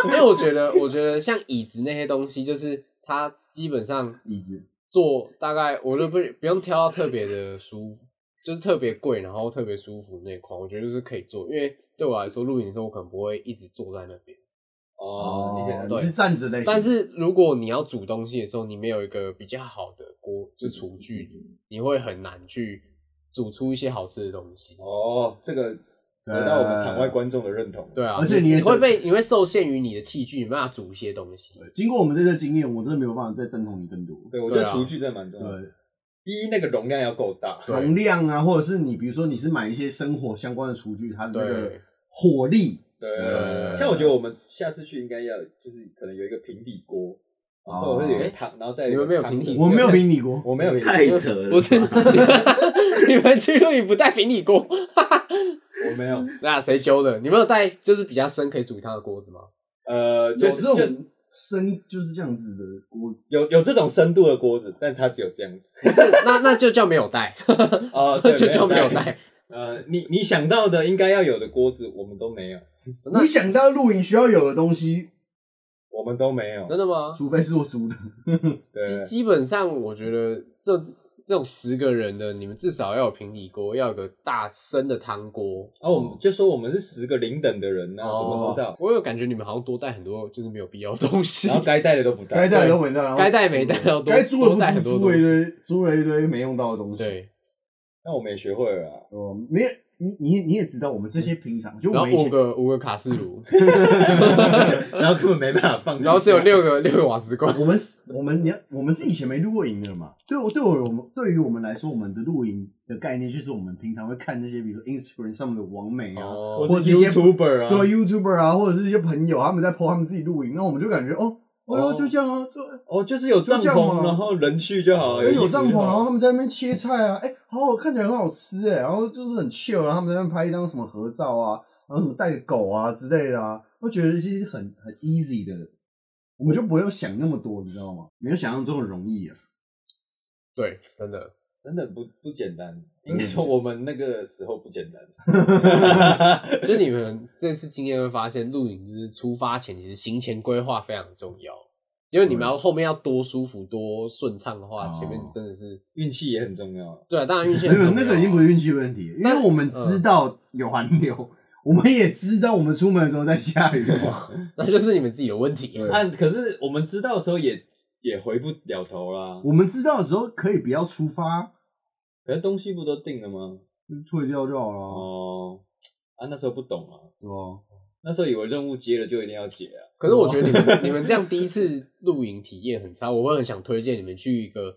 没有， 因为我觉得，我觉得像椅子那些东西，就是它基本上椅子坐大概我都不不用挑到特别的舒服，就是特别贵，然后特别舒服那款，我觉得就是可以做，因为对我来说露营的时候，我可能不会一直坐在那边。哦，你你对是站着类型， 但是如果你要煮东西的时候，你没有一个比较好的锅，就厨具，你会很难去煮出一些好吃的东西。哦，这个得到我们场外观众的认同。对啊，而且你也你会得被你会受限于你的器具，你没办法煮一些东西。经过我们这次经验，我真的没有办法再赞同你更多。对，我觉得对啊厨具真的蛮重要的。对，第一，那个容量要够大，对容量啊，或者是你比如说你是买一些生活相关的厨具，它的那个对火力对，对像我觉得我们下次去应该要就是可能有一个平底锅，然后会有一个汤，然后再哦你们没有汤平底的我没有平底锅，我没有平底太锅，扯了吧，不是， 你们去露营不带平底锅？我没有， 那谁修的？你们有带就是比较深可以煮汤的锅子吗？呃，有就是这就是种深就是这样子的锅子，有有这种深度的锅子，但它只有这样 子。不是，那那就叫没有带， 啊，对，就叫没有带。带。呃，你你想到的应该要有的锅子，我们都没有，那你想到露营需要有的东西，我们都没有。真的吗？除非是我煮的，对基，基本上我觉得这这种十个人的，你们至少要有平底锅，要有个大深的汤锅。哦啊，我们就说我们是十个零等的人呢，啊怎么哦知 道？我有感觉你们好像多带很多就是没有必要的东西然，后该带的都不带，该带的都没带，然后该带没带要多该租的多带不很多租，租了东一西堆，租了一堆没用到的东西。，对，那我们也学会了啊。哦，没有，你你你也知道，我们这些平常就然我后们以五前个五个卡式炉，然后根本没办法放进去，然后只有六个六个瓦斯罐。我们是我们你要我们是以前没露过营的嘛？对我对我我们对于我们来说，我们的露营的概念就是我们平常会看那些，比如说 Instagram 上面的网美啊，哦，或或是是一些 YouTuber 啊，对 YouTuber 啊，或者是一些朋友他们在 po 他们自己露营，那我们就感觉哦，哦哟哦就这样啊，就哦，就是有帐就这样篷，吗然后人去就哦好了，哎，衣服有就帐篷，好然后他们在那边切菜啊，哎、好好看起来很好吃哎、然后就是很 chill，然后他们在那边拍一张什么合照啊，然后什么带个狗啊之类的啊，我觉得其实很很 easy 的，我们就不用想那么多，你知道吗？没有想象中的容易啊。对，真的。真的不不简单。真的不简单应该说我们那个时候不简单， 就你们这次经验会发现，露营就是出发前其实行前规划非常重要，因为你们要后面要多舒服、多顺畅的话，哦前面真的是运气也很重要。对啊，当然运气没很重有要 啊那个已经不是运气问题，因为但我们知道有寒流， 我们也知道我们出门的时候在下雨、 那就是你们自己的问题。 对但可是我们知道的时候也也回不了头啦。我们知道的时候可以不要出发，可是东西不都定了吗？就退掉就好了啊，哦，啊，那时候不懂啊，对吧？那时候以为任务接了就一定要解啊。可是我觉得你们你们这样第一次露营体验很差，我会很想推荐你们去一个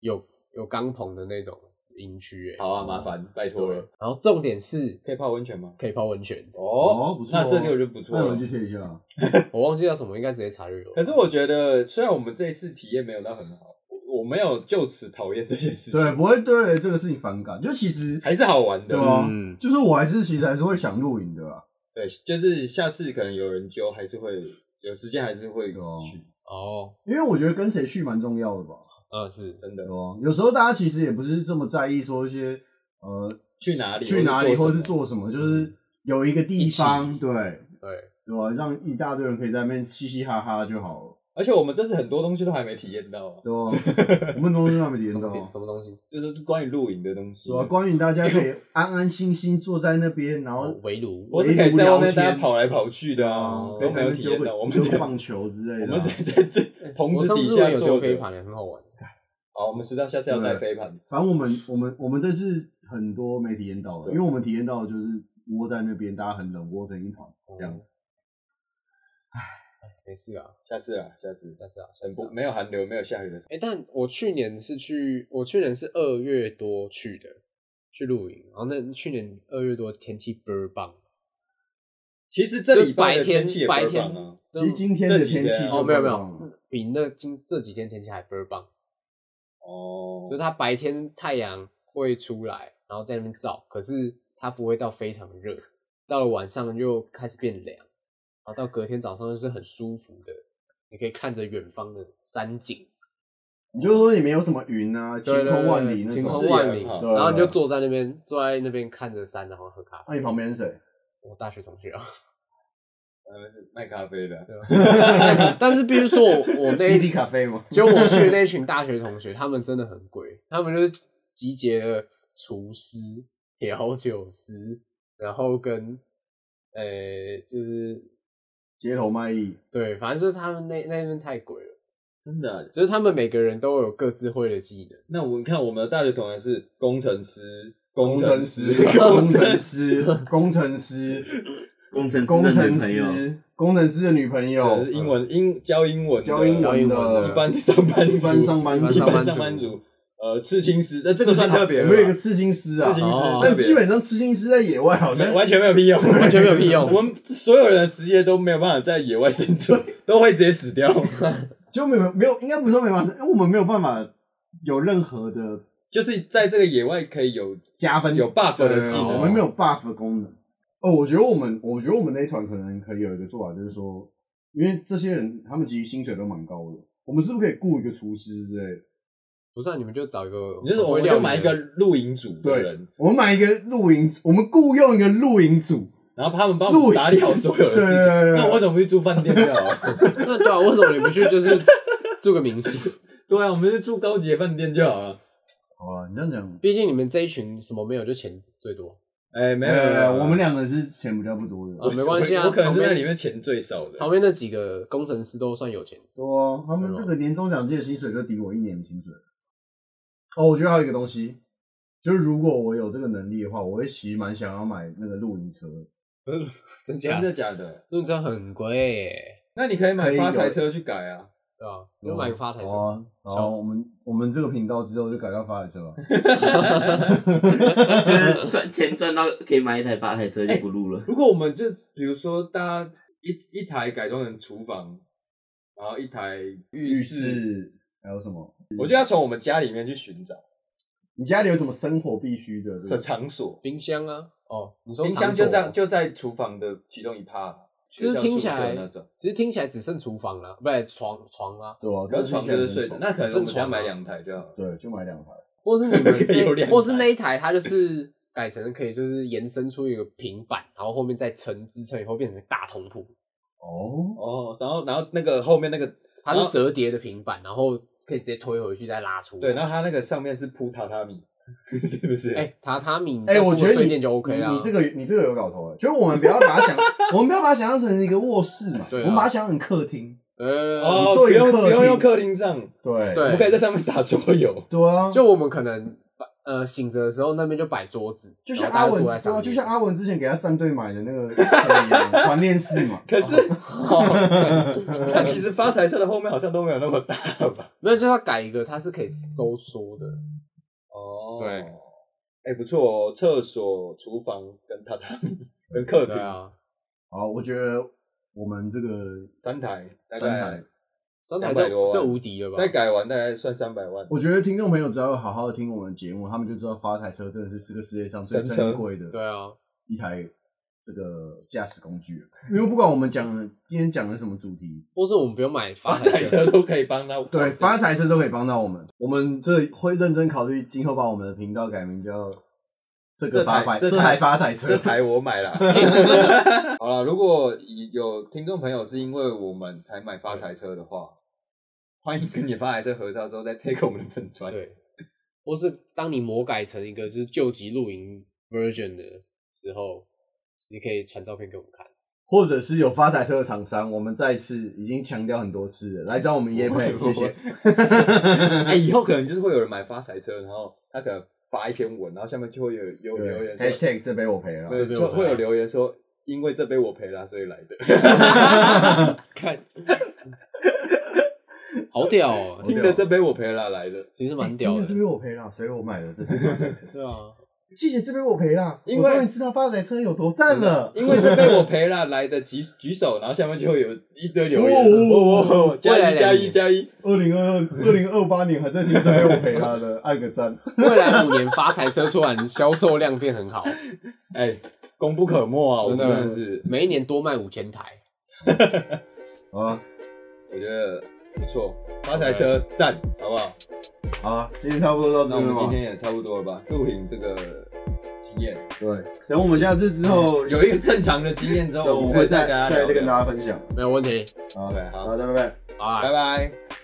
有有钢棚的那种营区、欸。好啊，麻嗯烦，拜托对了。。然后重点是可以泡温泉吗？可以泡温泉，哦哦不，错哦那这就就不错啊那我了们。去退一下。我忘记叫什么，应该直接查就有。可是我觉得，虽然我们这一次体验没有到很好，我我没有就此讨厌这件事情，对，不会对这个事情反感，就其实还是好玩的。对啊，嗯就是我还是其实还是会想露营的啦。啊对，就是下次可能有人揪，还是会有时间，还是会去，有啊哦，因为我觉得跟谁去蛮重要的吧。嗯，是真的对啊，有时候大家其实也不是这么在意说一些呃去哪里去哪里，或或者是做做什么，就是有一个地方，对对，对吧、让一大堆人可以在那边嘻嘻哈哈就好了，而且我们这次很多东西都还没体验到啊，对吧、我们怎么那么严什重哦么？东西什么东西？就是关于露营的东西对。吧、啊关于大家可以安安心心坐在那边，然哦后围炉，我是可以在外面大聊家天跑来跑去的啊哦，都没有体验到。我们就只棒球之我类的啊、们只在这棚哎我子上底次下有坐丢着飞。盘，很好玩。好，我们知道下次要带飞盘。反正我们我们我们这次很多没体验到的，因为我们体验到的就是窝在那边，大家很冷，窝成一团这样子。嗯没事啊，下次啊，下次，下次啊，下很次不啊。没有寒流，没有下雨的时哎、但我去年是去，我去年是二月多去的，去露营。然后那去年二月多天气倍儿棒，候。其实这礼拜的就白天天气也不白会天棒啊，其真的实今天的这几天天啊气就哦没有没棒了有，比那今这几天天气还倍儿棒，哦就是它白天太阳会出来，然后在那边照，可是它不会到非常热，到了晚上就开始变凉，然后到隔天早上就是很舒服的，你可以看着远方的山景，你就说你没有什么云啊，晴对对空对万里那种，啊晴空视野万很里，好对然后你就坐在那边，坐在那边看着山，然后喝咖啡。啊那你旁边是谁？我大学同学啊，呃是卖咖啡的啊，对吧但 但是必须说我我那一 CD 咖啡吗？就我去的那群大学同学，他们真的很贵，他们就是集结了厨师、调酒师，然后跟呃，就是街头卖艺，对，反正就是他们那那边太贵了，真的啊。就是他们每个人都有各自会的技能，那我你看，我们的大学同学是工程师、工程程师师、工工程程师，师、工程师、工程工师的程女朋友，师、工程师的女朋友对，英文英教英文的哦教英教英文文的的，一般上班族一般上班族啊一一般般上上班班族族，呃，刺青师，那这个算特别我了吧，们有一个刺青师啊刺，青师哦特但别，基本上刺青师在野外好像完完全没有屁用，完全没有屁用。我们所有人的职业都没有办法在野外生存， 都会直接死 掉。就没有没有，应该不是说没办法，因为我们没有办法有任何的就是在这个野外可以有加分有 buff 的技对能我们没有 buff 的功能。哦，我觉得我们，我觉得我们那一团可能可以有一个做法，就是说，因为这些人他们其实薪水都蛮高的，我们是不是可以雇一个厨师之类的？不是、啊、你们就找一个就是我会们料理的，就买一个露营组的人，我们买一个露营，我们雇佣一个露营组，然后他们帮我们打理好所有的事对对对情。对那我为什么不去住饭店就好了？ 那对啊，为什么你不去就是住个民宿？ 对啊，我们就住高级的饭店就好了。好啊，你这样讲，毕竟你们这一群什么没有，就钱最多。哎，没有，没有没呃，有我们两个是钱比较不多的，我啊是没关系啊我可能是旁边那里面钱最少的。旁边那几个工程师都算有钱，对啊，他们这个年终奖金的薪水就抵我一年的薪水。哦，我觉得还有一个东西，就是如果我有这个能力的话，我会其实蛮想要买那个露营车的。真假真？的假的？论车很贵耶，那你可以可买以有发财车去改啊。对吧、你就买嗯个发财车。好啊，好啊，我们我们这个频道之后就改叫发财车 吧。就是赚钱赚到可以买一台八台车就不录了。如果我们就比如说，大家一一台改装成厨房，然后一台浴浴室，室还有什么？我就要从我们家里面去寻找你家里有什么生活必须的？这场所。冰箱啊，哦，你说冰箱场所就在就在厨房的其中一趴，只学是校听宿起舍来那种。，只是听起来只剩厨房了、不是床床啊，对啊，可是床就是睡的，那可能我们只剩家床啊买两台就好了。对，就买两台。或是你们可以有两那，台或是那一台它就是改成可以就是延伸出一个平板，然后后面再撑支撑以后变成大通铺，哦，哦，然后然后那个后面那个它然后是折叠的平板，然后可以直接推回去再拉出来。对，然后它那个上面是铺榻榻米， 是不是？哎、榻榻米，你哎、再铺我个觉得睡你垫就 OK 啊啦。你你这个你这个有搞头哎，就是我们不要把它想， 我们不要把它想象成一个卧室嘛，对啊我们把它想象成客厅。呃，哦，你做不一个用客不用厅用客厅帐，对我对们可以在上面打桌游。对啊，就我们可能呃醒着的时候那边就摆桌子，就像然阿后大家文坐在对上啊，面，就像阿文之前给他战队买的那个团练室嘛，可 是 它其实发财车的后面好像都没有那么大吧？没有，就是要改一个，它是可以收缩的。哦对，哎、不错哦，厕所、厨房跟榻榻米跟客厅、对啊，好，我觉得我们这个三台，大三台概，三台200多就万就无敌了吧？再改完大概算三百万。我觉得听众朋友只要有好好的听我们的节目，他们就知道发财车真的是这个世界上最神车珍贵的对啊，一台这个驾驶工具了，因为不管我们讲的今天讲的什么主题，或是我们不用买发发财财车都可以帮他。对发财车都可以帮到我们。我们这会认真考虑，今后把我们的频道改名叫“这个这发台财这这台台发财车这台我买了。好了，如果有听众朋友是因为我们才买发财车的话，欢迎跟你发财车合照之后再 take 我们的粉砖。，对，或是当你魔改成一个就是救急露营 version 的时候，你可以传照片给我们看。”，或者是有发财车的厂商，我们再次已经强调很多次了，来找我们业 配，谢谢。哎、以后可能就是会有人买发财车，然后他可能发一篇文，然后下面就会有有留言说， #hashtag 这杯我赔了，对，这杯就我赔会了有留言说，因为这杯我赔了，所以来 的。看，好 屌哦、因为这杯我赔了来的，其实蛮屌因的为这。杯我赔了，所以我买了这台发财车。对啊，谢谢这杯我赔了，因为我终于知道发财车有多赞了。因为这杯我赔了来的举举手，然后下面就会有一堆留言，哦哦哦哦，加未来一加两一年加一。二零二二零二八年还在听这杯我赔了的，按个赞。未来五年发财车突然销售量变很好，哎、功不可没啊！我真们的真的是，每一年多卖五千台。好啊，我觉得不错，发财车赞，好不好？好啊，今天差不多到那这我们边了今吧。天也差不多了吧？露营这个经验，对，等我们下次之后，有一个正常的经验 之之后后，我我们们会会再再跟大家再聊跟聊。大家分享。没有问题。好 OK，好好，拜拜。啊拜。拜。